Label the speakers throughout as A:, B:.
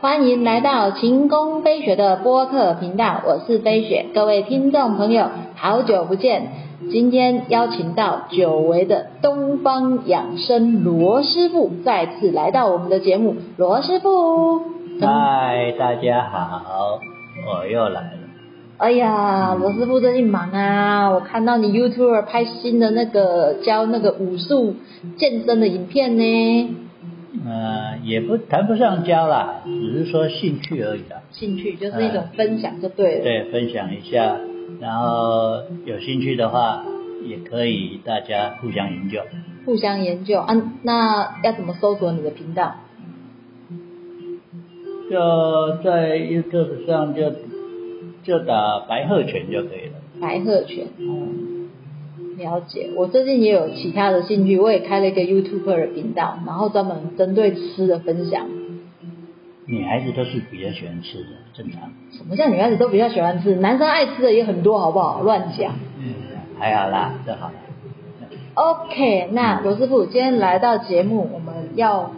A: 欢迎来到晴空飞雪的播客频道，我是飞雪，各位听众朋友，好久不见。今天邀请到久违的东方养生罗师傅再次来到我们的节目，罗师傅，
B: 嗨，大家好，我又来了。
A: 哎呀，罗师傅最近忙啊！我看到你 YouTube 拍新的那个教那个武术健身的影片呢，
B: 呃，也不谈不上教啦，只是说兴趣而已啦。
A: 兴趣就是一种分享就对了。
B: 对，分享一下，然后有兴趣的话，也可以大家互相研究。
A: 互相研究啊，那要怎么搜索你的频道？
B: 就在 YouTube 上就就打白鹤拳就可以了。
A: 白鹤拳。了解，我最近也有其他的兴趣，我也开了一个 YouTuber 的频道，然后专门针对吃的分享。
B: 女孩子都是比较喜欢吃的，正常。
A: 什么叫女孩子都比较喜欢吃，男生爱吃的也很多，好不好？乱讲。
B: 嗯，还好啦，这好啦。
A: OK，那罗师傅今天来到节目，我们要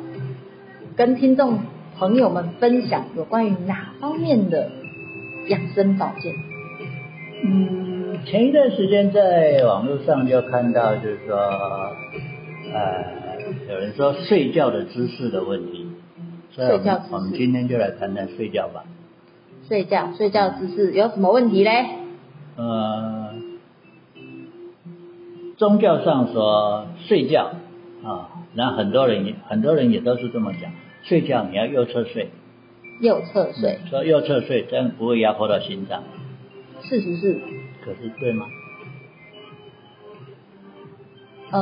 A: 跟听众朋友们分享有关于哪方面的养生保健？
B: 嗯，前一段时间在网络上就看到，就是说，呃，有人说睡觉的姿势的问题，所以我
A: 睡觉
B: 们
A: 姿势
B: 我们今天就来谈谈睡觉吧。
A: 睡觉睡觉姿势有什么问题嘞？
B: 呃，宗教上说睡觉啊，那很多人也很多人也都是这么讲，睡觉你要右侧睡，
A: 右侧睡，
B: 说右侧睡，这样不会压迫到心脏，
A: 是不是？
B: 可是对吗？
A: 呃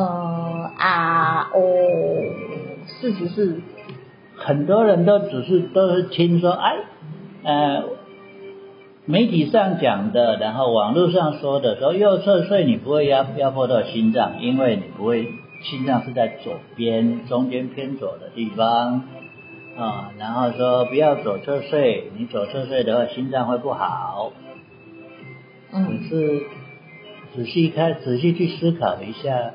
A: 啊哦，事实是
B: 很多人都只是都是听说，哎，呃，媒体上讲的，然后网络上说的，说右侧睡你不会压压迫到心脏，因为你不会心脏是在左边中间偏左的地方啊、然后说不要左侧睡，你左侧睡的话心脏会不好。
A: 嗯
B: 可是仔细看，仔细去思考一下，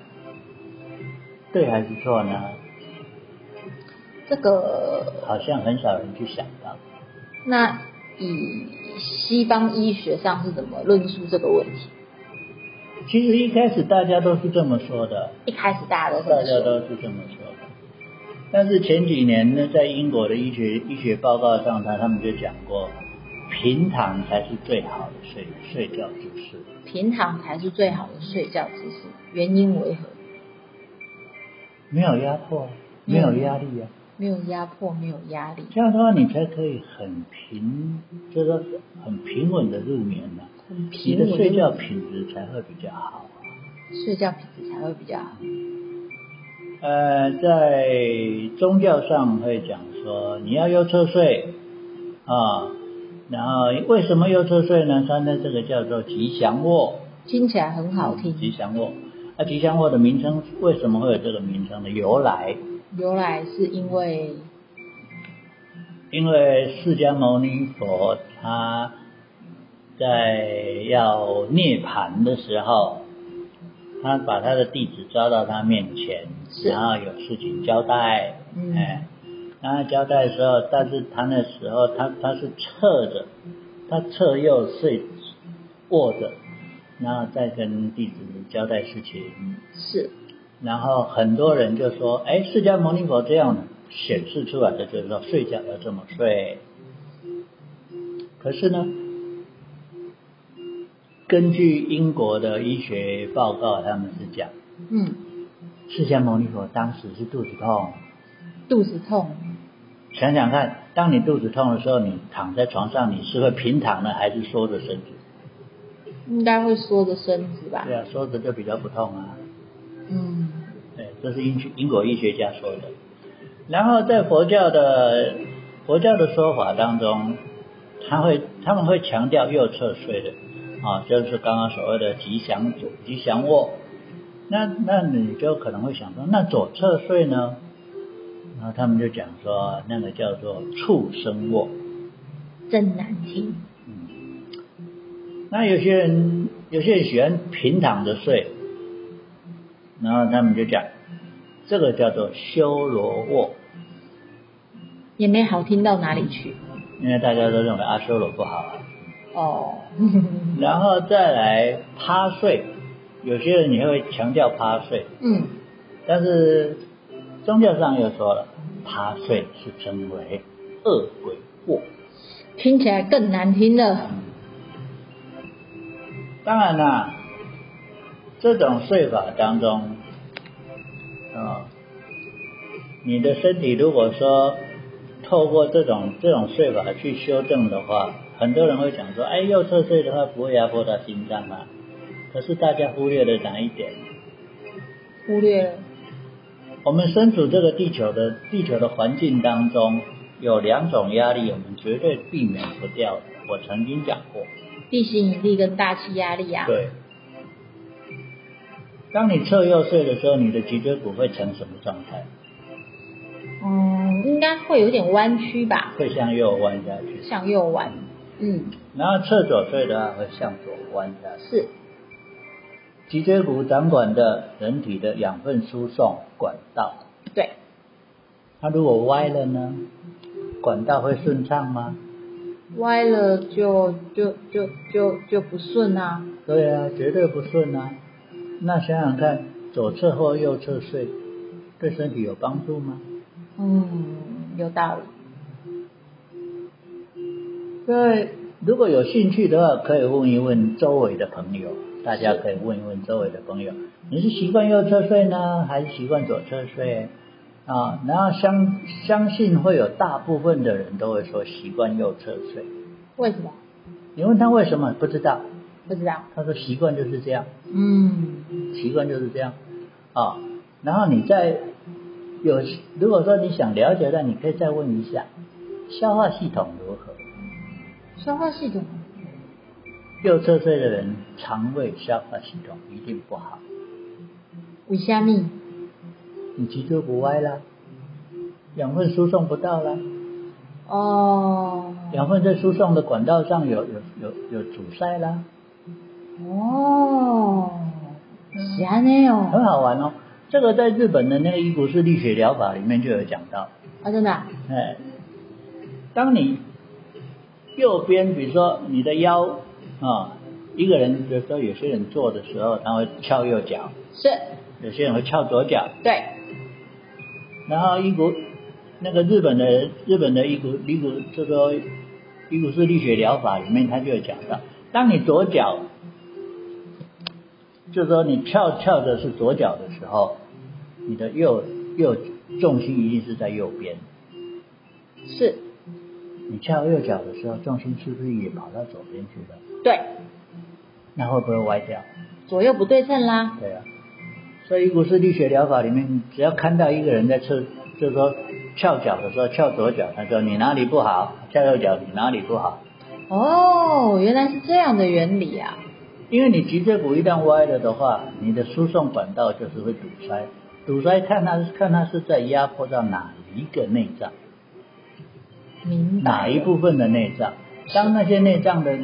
B: 对还是错呢？
A: 这个，
B: 好像很少人去想到。
A: 那以西方医学上是怎么论述这个问题？
B: 其实一开始大家都是这么说的，
A: 一开始大家都这
B: 大
A: 么
B: 家
A: 说，
B: 都是这么说的。但是前几年呢，在英国的医学医学报告上，他他们就讲过，平躺才是最好的睡睡觉姿势。
A: 平躺才是最好的睡觉姿势，原因为何？
B: 没有压迫，没有压力啊，
A: 没有压迫，没有压力，
B: 这样的话你才可以很平，就是说很平稳的入眠呢、
A: 很
B: 你
A: 平
B: 的
A: 稳，
B: 睡觉品质才会比较好。
A: 睡觉品质才会比较好。
B: 呃，在宗教上会讲说你要右侧睡啊，然后为什么右侧睡呢？它呢这个叫做吉祥卧，嗯
A: 听起来很好
B: 吉
A: 听，
B: 祥卧。那、吉祥卧的名称为什么会有这个名称的由来？
A: 由来是因为
B: 因为释迦牟尼佛他在要涅槃的时候，他把他的弟子招到他面前，
A: 是
B: 然后有事情交代，
A: 嗯
B: 哎，然后交代的时候，但是他那时候他他是侧着，他侧右睡卧着，然后再跟弟子交代事情，
A: 是
B: 然后很多人就说，哎，释迦牟尼佛这样显示出来的就是说睡觉要这么睡。可是呢，根据英国的医学报告，他们是讲
A: 嗯
B: 释迦牟尼佛当时是肚子痛。
A: 肚子痛，
B: 想想看，当你肚子痛的时候，你躺在床上，你是会平躺呢，还是缩着身子？
A: 应该会缩着身子吧
B: 对？啊，缩着就比较不痛啊。
A: 嗯，
B: 对，哎这是英英国医学家说的。然后在佛教的佛教的说法当中，他会他们会强调右侧睡的啊，就是刚刚所谓的吉祥左吉祥卧。那那你就可能会想说，那左侧睡呢？然后他们就讲说，那个叫做畜生卧。
A: 真难听。
B: 嗯那有些人有些人喜欢平躺着睡，然后他们就讲，这个叫做修罗卧。
A: 也没好听到哪里去。
B: 因为大家都认为阿修罗不好啊。
A: 哦，
B: 然后再来趴睡，有些人也会强调趴睡，
A: 嗯，
B: 但是宗教上又说了，趴睡是称为恶鬼卧。
A: 听起来更难听了。
B: 当然啦、这种睡法当中，啊、你的身体如果说透过这种这种睡法去修正的话，很多人会讲说，哎，右侧睡的话不会压迫到心脏啊。可是大家忽略了哪一点？
A: 忽略了，
B: 啊我们身处这个地球的地球的环境当中，有两种压力，我们绝对避免不掉的。我曾经讲过，
A: 地心引力跟大气压力啊。
B: 对。当你侧右睡的时候，你的脊椎骨会呈什么状态？
A: 嗯，应该会有点弯曲吧，
B: 会向右弯下去。
A: 向右弯。嗯，
B: 然后侧左睡的话，会向左弯下去。
A: 是，
B: 脊椎骨掌管的人体的养分输送管道，
A: 对，
B: 它如果歪了呢？管道会顺畅吗？
A: 歪了就就就就就不顺啊。
B: 对啊，绝对不顺啊。那想想看，左侧或右侧睡，对身体有帮助吗？
A: 嗯，有道理。
B: 对，如果有兴趣的话，可以问一问周围的朋友，大家可以问一问周围的朋友，你是习惯右侧睡呢，还是习惯左侧睡？啊，然后相相信会有大部分的人都会说习惯右侧睡。
A: 为什么？
B: 你问他为什么不知道，
A: 不知道。
B: 他说习惯就是这样。
A: 嗯，
B: 习惯就是这样啊、然后你再有，如果说你想了解的，你可以再问一下消化系统如何。
A: 消化系统。
B: 右侧睡的人肠胃消化系统一定不好，
A: 为虾米？
B: 你脊椎骨歪啦，养分输送不到啦，
A: 哦，
B: 养分在输送的管道上有有有有阻塞啦，
A: 哦，是安尼哦，
B: 很好玩哦。这个在日本的那个伊古式力学疗法里面就有讲到。
A: 啊真的啊、
B: 哎，当你右边，比如说你的腰啊、一个人比如说有些人坐的时候，他会翘右脚，
A: 是，
B: 有些人会翘左脚，
A: 对，
B: 然后一股那个日本的日本的一股一股这个一股式力学疗法里面，他就有讲到，当你左脚就是说你翘翘的是左脚的时候，你的右右重心一定是在右边。
A: 是，
B: 你翘右脚的时候，重心是不是也跑到左边去了？
A: 对，
B: 那会不会歪掉？
A: 左右不对称啦，
B: 对啊。所以股式力学疗法里面，只要看到一个人在侧，就是说翘脚的时候翘左脚，他说你哪里不好，翘右脚你哪里不好，
A: 哦，原来是这样的原理啊，
B: 因为你脊椎骨一旦歪了的话，你的输送管道就是会堵塞，堵塞看它看它是在压迫到哪一个内脏。
A: 明白
B: 哪一部分的内脏。当那些内脏的，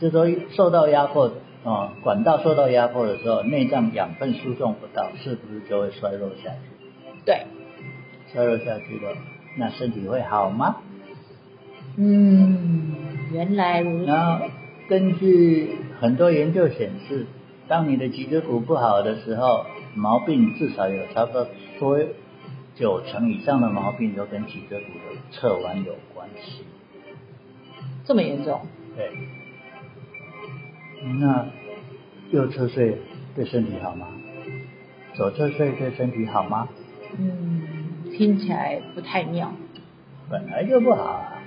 B: 就是说受到压迫，啊、管道受到压迫的时候，内脏养分输送不到，是不是就会衰弱下去？
A: 对，
B: 衰弱下去了，那身体会好吗？
A: 嗯，原来如此，
B: 然后根据很多研究显示，当你的脊椎骨不好的时候，毛病至少有差不多说九成以上的毛病都跟脊椎骨的侧弯有关系。
A: 这么严重，
B: 对。那右侧睡对身体好吗？左侧睡对身体好吗？
A: 嗯，听起来不太妙，
B: 本来就不好、啊。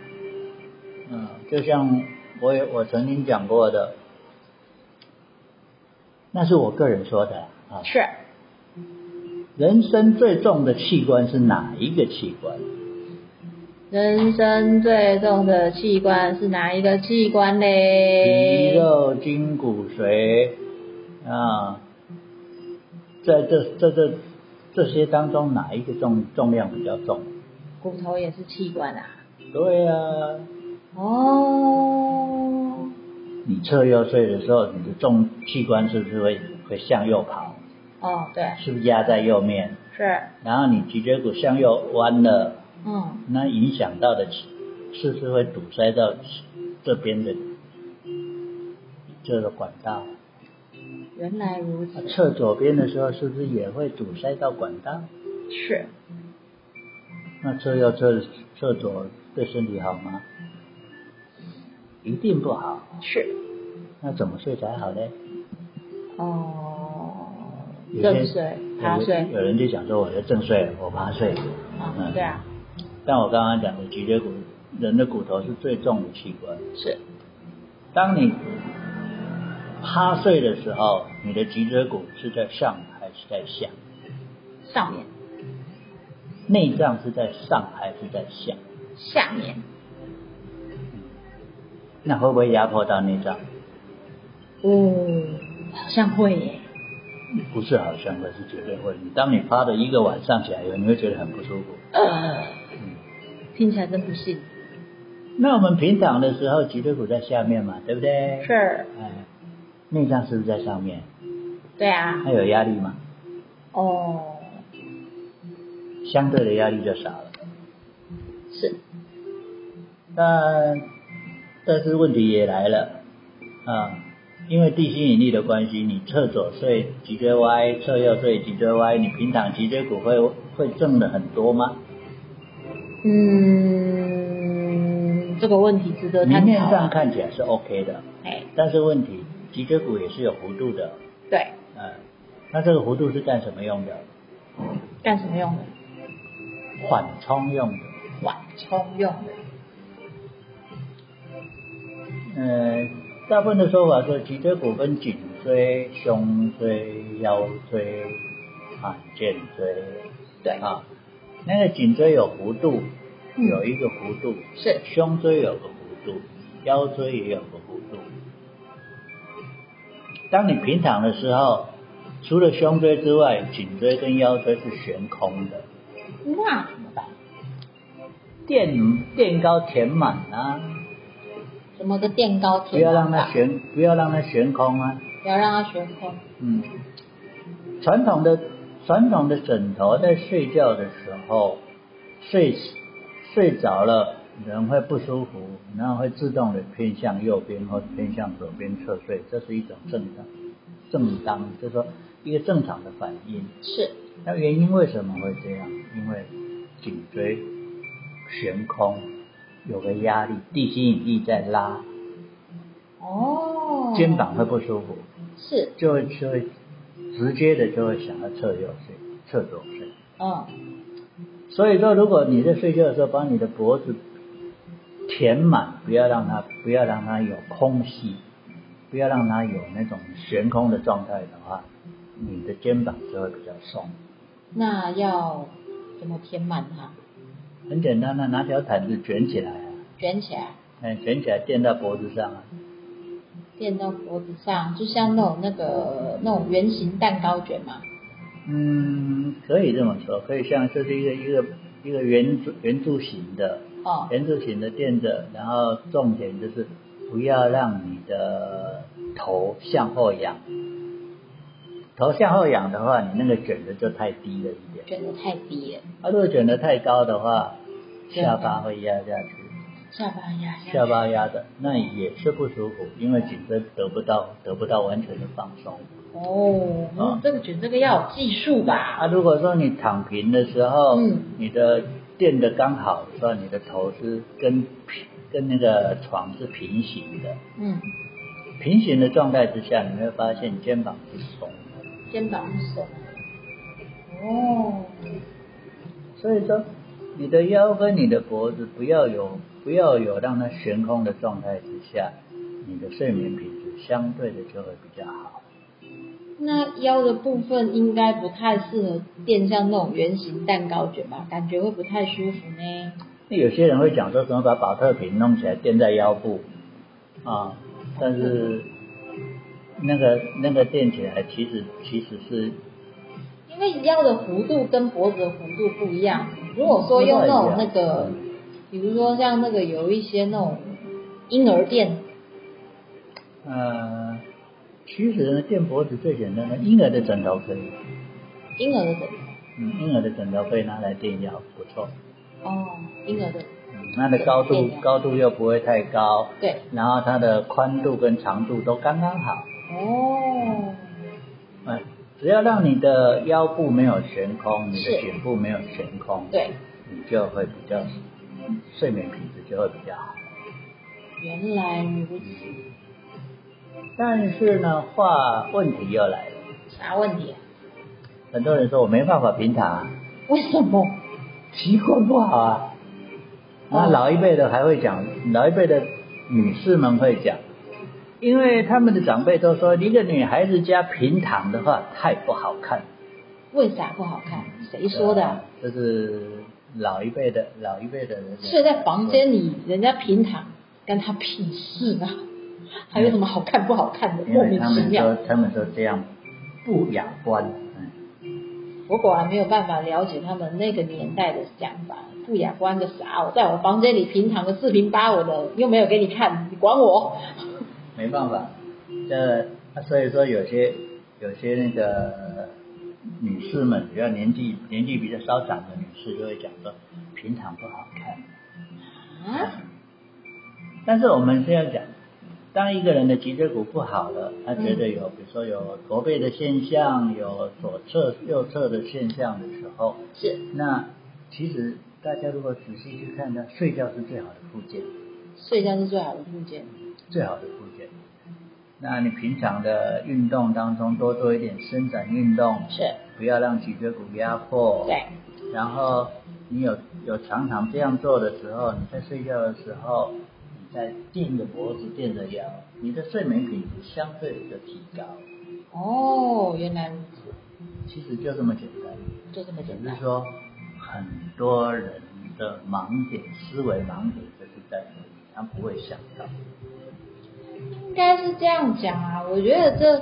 B: 嗯，就像我也我曾经讲过的，那是我个人说的啊。
A: 是，
B: 人生最重的器官是哪一个器官？
A: 人生最重的器官是哪一个器官嘞？
B: 皮肉筋骨髓啊，在这在这这些当中，哪一个重重量比较重？
A: 骨头也是器官啊。
B: 对啊，
A: 哦，
B: 你侧右睡的时候，你的重器官是不是会会向右跑？
A: 哦，对，
B: 是不是压在右面？
A: 是，
B: 然后你脊椎骨向右弯了，
A: 嗯，
B: 那影响到的器是不是会堵塞到这边的这个管道？
A: 原来如此，
B: 侧左边的时候是不是也会堵塞到管道？
A: 是
B: 那侧右侧侧左对身体好吗？一定不好。
A: 是
B: 那怎么睡才好呢？
A: 哦，
B: 有
A: 正
B: 些
A: 睡
B: 有
A: 趴
B: 人
A: 睡
B: 有人嗯就想说我就正睡，我趴睡。
A: 啊，对啊，
B: 但我刚刚讲的脊椎骨，人的骨头是最重的器官。
A: 是
B: 当你趴睡的时候，你的脊椎骨是在上还是在下？
A: 上面
B: 内脏是在上还是在下？
A: 下面
B: 那会不会压迫到内脏？
A: 哦，好像会耶，
B: 不是好像会，是绝对会。你当你趴了一个晚上起来以后，你会觉得很不舒服。
A: 呃，
B: 嗯，
A: 听起来真不信，
B: 那我们平躺的时候，脊椎骨在下面嘛，对不对？。
A: 是，
B: 哎，内脏是不是在上面？
A: 对啊，
B: 它有压力吗？
A: 哦，
B: 相对的压力就少了。
A: 是
B: 那但是问题也来了啊，因为地心引力的关系，你侧左睡脊椎歪，侧右睡脊椎歪，你平躺脊椎骨会会正的很多吗？
A: 嗯，这个问题值得
B: 明
A: 探
B: 面
A: 讨
B: 上
A: 啊。
B: 看起来是 OK 的，
A: 哎，
B: 但是问题脊椎骨也是有弧度的，
A: 对，
B: 嗯、那这个弧度是干什么用的？
A: 干什么用的？
B: 缓冲用的，
A: 缓冲用的。
B: 嗯、大部分的啊说法说脊椎骨分颈椎、胸椎、腰椎、啊肩椎。
A: 对，
B: 啊，那个颈椎有弧度，
A: 嗯
B: 有一个弧度，
A: 是
B: 胸椎有个弧度，腰椎也有个弧度。当你平躺的时候，除了胸椎之外，颈椎跟腰椎是悬空的，
A: 那怎么办？
B: 垫垫高填满啊，
A: 怎么个垫高
B: 不
A: 铁
B: 要
A: 马
B: 让它
A: 法？
B: 悬，不要让它悬空啊。
A: 不要让它悬空。
B: 嗯，传统的传统的枕头在睡觉的时候，睡睡着了，人会不舒服，然后会自动的偏向右边或偏向左边侧睡，这是一种正常正当，就是说一个正常的反应。
A: 是
B: 那原因为什么会这样？因为颈椎悬空，有个压力，地心引力在拉，
A: 哦，
B: 肩膀会不舒服。
A: 是
B: 就会就会直接的就会想要侧右睡、侧左睡。
A: 嗯
B: 所以说，如果你在睡觉的时候把你的脖子填满，不要让它不要让它有空隙，不要让它有那种悬空的状态的话，你的肩膀就会比较松。
A: 那要怎么填满它？
B: 很简单的、啊拿条毯子卷起来啊，
A: 卷起来，
B: 哎，卷起来垫到脖子上啊，
A: 垫到脖子上，就像那种那个那种圆形蛋糕卷嘛。
B: 嗯，可以这么说，可以像这是一个一个一个圆柱圆柱形的，
A: 哦，
B: 圆柱形的垫着，然后重点就是不要让你的头向后仰。头向后仰的话，你那个卷的就太低了一点。
A: 卷得太低了，
B: 啊，如果卷的太高的话，
A: 对啊
B: 下巴会压下去，
A: 下巴压下
B: 下
A: 来。
B: 巴压的那也是不舒服，因为颈椎得不到得不到完全的放松。
A: 哦，那这个卷这个要有技术吧？
B: 啊，如果说你躺平的时候，
A: 嗯
B: 你的垫的刚好的时候，你的头是跟平跟那个床是平行的，
A: 嗯，
B: 平行的状态之下，你会发现肩膀是松的。
A: 肩膀是什么？哦，
B: 所以说，你的腰跟你的脖子不要有不要有让它悬空的状态之下，你的睡眠品质相对的就会比较好。
A: 那腰的部分应该不太适合垫像那种圆形蛋糕卷吧，感觉会不太舒服呢。
B: 那有些人会讲说什么把保特瓶弄起来垫在腰部啊，但是那个那个垫起来其实其实是
A: 因为腰的弧度跟脖子的弧度不一样。如果说用那种那个，比如说像那个有一些那种婴儿垫，
B: 呃，其实呢垫脖子最简单的婴儿的枕头可以。
A: 婴儿的枕
B: 嗯，婴儿的枕头可以拿来垫腰，不错。
A: 哦，婴儿的
B: 嗯，那的高
A: 对
B: 度
A: 对
B: 高度又不会太高，
A: 对，
B: 然后它的宽度跟长度都刚刚好，
A: 哦，
B: 嗯，只要让你的腰部没有悬空，你的
A: 是
B: 颈部没有悬空，
A: 对，
B: 你就会比较睡眠品质就会比较好。
A: 原来如此，
B: 但是呢，话问题又来了，
A: 啥问题啊、
B: 很多人说我没办法平躺、啊，
A: 为什么？
B: 习惯不好啊。那
A: 哦
B: 老一辈的还会讲，老一辈的女士们会讲，因为他们的长辈都说，一个女孩子家平躺的话太不好看。
A: 为啥不好看？嗯谁说的啊？
B: 呃这是老一辈的老一辈的人。
A: 睡在房间里，人家平躺，干他屁事啊！还有什么好看不好看的？
B: 因
A: 莫
B: 为
A: 名
B: 他
A: 其
B: 们
A: 妙
B: 说。他们说这样不雅观，嗯，
A: 我果然没有办法了解他们那个年代的想法，不雅观个啥？我在我房间里平躺个四平八稳的，又没有给你看，你管我？
B: 没办法，这啊所以说有些有些那个女士们，比较年纪年纪比较稍长的女士就会讲说平躺不好看，
A: 啊？
B: 但是我们是要讲。当一个人的脊椎骨不好了，他觉得有，比如说有驼背的现象，有左侧、右侧的现象的时候，
A: 是
B: 那其实大家如果仔细去看呢，睡觉是最好的附件，
A: 睡觉是最好的附件。
B: 最好的附件。那你平常的运动当中多做一点伸展运动，
A: 是，
B: 不要让脊椎骨压迫。。
A: 对，
B: 然后你有有常常这样做的时候，你在睡觉的时候，你在垫着脖子、垫着腰，你的睡眠品质相对的提高。
A: 哦，原来如此，
B: 其实就这么简单。
A: 就这么
B: 只
A: 简单
B: 是。说，很多人的盲点、思维盲点就是在这里，他不会想到。
A: 应该是这样讲啊，我觉得这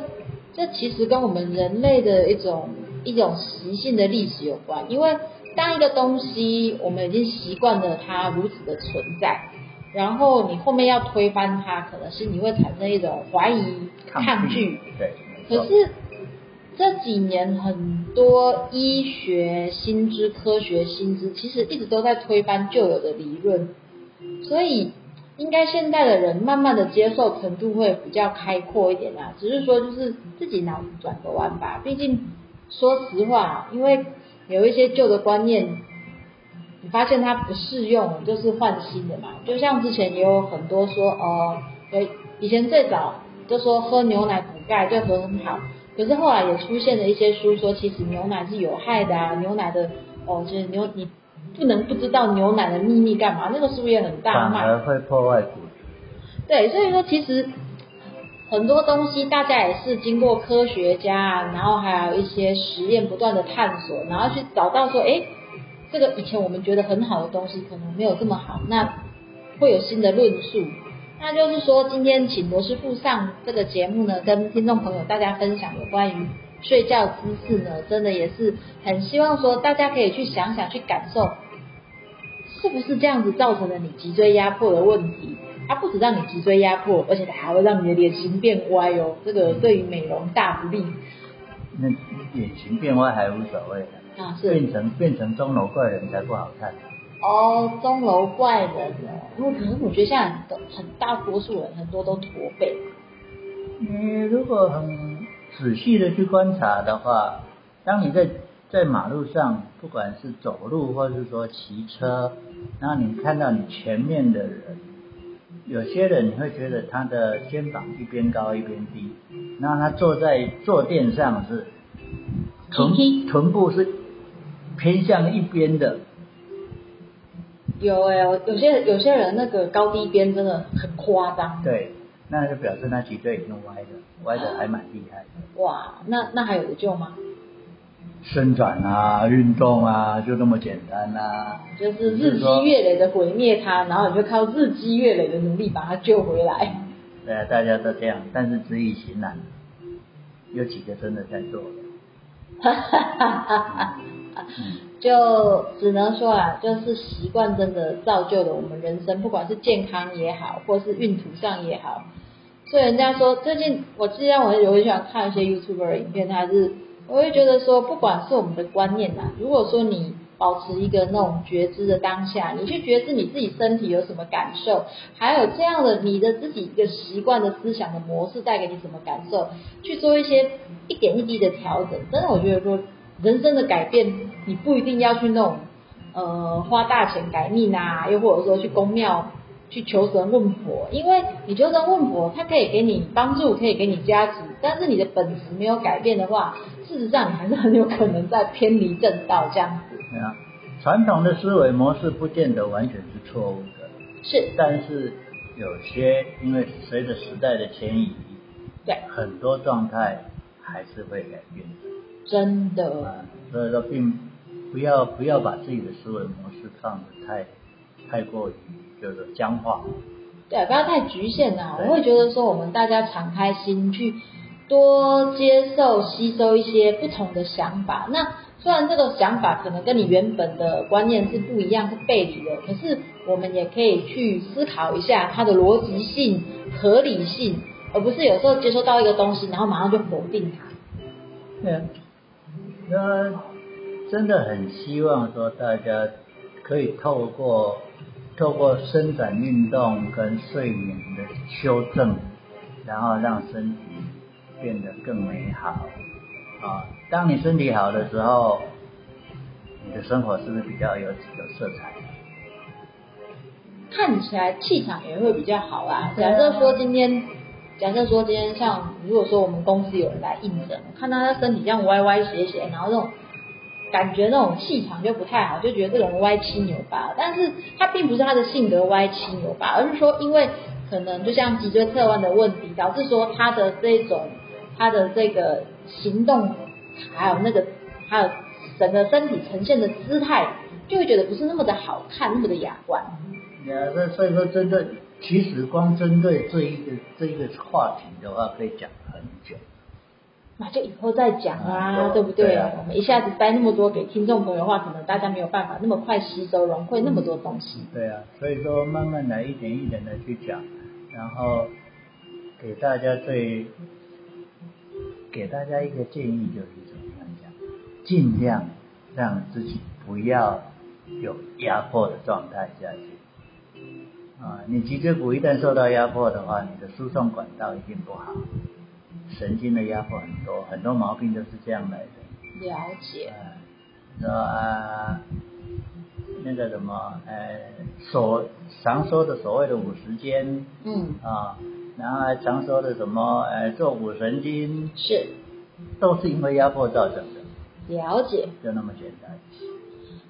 A: 这其实跟我们人类的一种一种习性的历史有关，因为当一个东西我们已经习惯了它如此的存在，然后你后面要推翻它，可能是你会产生一种怀疑、抗拒。
B: 对，没
A: 可
B: 错
A: 是这几年很多医学新知、科学新知，其实一直都在推翻旧有的理论，所以应该现在的人慢慢的接受程度会比较开阔一点啦。只是说就是自己脑子转个弯吧，毕竟说实话，啊因为有一些旧的观念。你发现它不适用，就是换新的嘛。就像之前也有很多说，哦、有以前最早就说喝牛奶补钙对核很好，可是后来也出现了一些书说，其实牛奶是有害的啊，牛奶的哦，就是牛你不能不知道牛奶的秘密干嘛？那个书也很大
B: 反
A: 卖
B: 而，会破坏骨质。
A: 对，所以说其实很多东西大家也是经过科学家啊，然后还有一些实验不断的探索，然后去找到说，哎，这个以前我们觉得很好的东西，可能没有这么好，那会有新的论述。那就是说，今天请罗师傅上这个节目呢，跟听众朋友大家分享有关于睡觉姿势呢，真的也是很希望说大家可以去想想，去感受是不是这样子造成了你脊椎压迫的问题？它不止让你脊椎压迫，而且它还会让你的脸型变歪哦，这个对于美容大不利
B: 那脸型变歪还无所谓的，
A: 啊！是
B: 变成变成钟楼怪人才不好看。
A: 哦，钟楼怪人哦，因为可能我觉得现在很多很大多数人很多都驼背，
B: 你如果很仔细的去观察的话，当你在在马路上，不管是走路或是说骑车，然后你看到你前面的人，有些人你会觉得他的肩膀一边高一边低，然后他坐在坐垫上是臀
A: 踢
B: 臀部是偏向一边的，
A: 有哎、有些有些人那个高低边真的很夸张，
B: 对，那就表示那脊椎已经歪了，歪的还蛮厉害的。
A: 哇，那那还有得救吗？
B: 伸展啊，运动啊，就那么简单啊。
A: 就是日积月累的毁灭它，然后你就靠日积月累的努力把它救回来。
B: 对啊，大家都这样，但是知易行难，有几个真的在做的。嗯，
A: 就只能说啦，就是习惯真的造就了我们人生，不管是健康也好，或是运途上也好。所以人家说，最近我既然我有很喜欢看一些 YouTuber 啊的影片，他是我会觉得说，不管是我们的观念呐，如果说你保持一个那种觉知的当下，你去觉知你自己身体有什么感受，还有这样的你的自己一个习惯的思想的模式带给你什么感受，去做一些一点一滴的调整。真的，我觉得说人生的改变，你不一定要去那种呃花大钱改命啊，又或者说去公庙去求神问佛，因为你求神问佛，它可以给你帮助，可以给你加持，但是你的本质没有改变的话，事实上你还是很有可能在偏离正道这样子。
B: 对啊，传统的思维模式不见得完全是错误的，
A: 是，
B: 但是有些因为随着时代的迁移，
A: 对，
B: 很多状态还是会改变的
A: 真的，
B: 啊。所以说，并不要不要把自己的思维模式放得太太过于就是僵化。
A: 对，不要太局限了。我会觉得说，我们大家敞开心去多接受、吸收一些不同的想法。那虽然这个想法可能跟你原本的观念是不一样，是背离的，可是我们也可以去思考一下它的逻辑性、合理性，而不是有时候接收到一个东西，然后马上就否定它。
B: 对啊，那真的很希望说大家可以透过透过伸展运动跟睡眠的修正，然后让身体变得更美好啊。当你身体好的时候，你的生活是不是比较有有色彩？
A: 看起来气场也会比较好啦。假设说今天，假设说今天像如果说我们公司有人来应征，我看到他身体这样歪歪斜斜，然后那种感觉那种气场就不太好，就觉得这个人歪七扭八。但是他并不是他的性格歪七扭八，而是说因为可能就像脊椎侧弯的问题，导致说他的这种他的这个行动，还有那个还有整个身体呈现的姿态，就会觉得不是那么的好看，那么的雅观。
B: 呃，那所以说，针对其实光针对这一个这一个话题的话，可以讲很久。
A: 那就以后再讲啊，
B: 嗯
A: 对不对？
B: 对啊
A: 我们一下子掰那么多给听众朋友的话，可能大家没有办法那么快吸收融会那么多东西。
B: 对啊，所以说慢慢来，一点一点的去讲，然后给大家最给大家一个建议就是怎么样讲，尽量让自己不要有压迫的状态下去。啊，你脊椎骨一旦受到压迫的话，你的输送管道一定不好，神经的压迫很多，很多毛病都是这样来的。
A: 了解，
B: 说嗯啊，那个什么，呃，所常说的所谓的五十肩
A: 嗯，
B: 啊，然后还常说的什么，呃，坐骨神经，
A: 是
B: 都是因为压迫造成的，
A: 了解。
B: 就那么简单。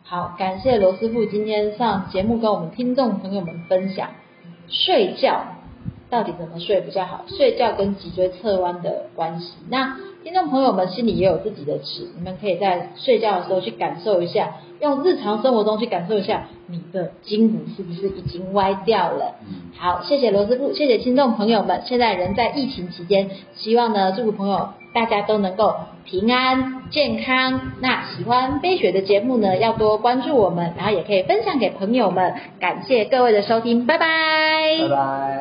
A: 好，感谢罗师傅今天上节目跟我们听众朋友们分享睡觉到底怎么睡比较好，睡觉跟脊椎侧弯的关系。那听众朋友们心里也有自己的尺，你们可以在睡觉的时候去感受一下，用日常生活中去感受一下你的筋骨是不是已经歪掉了。
B: 嗯，
A: 好，谢谢罗师傅，谢谢听众朋友们。现在人在疫情期间，希望呢，祝福朋友大家都能够平安健康。那喜欢飞雪的节目呢，要多关注我们，然后也可以分享给朋友们。感谢各位的收听，拜拜
B: 拜拜。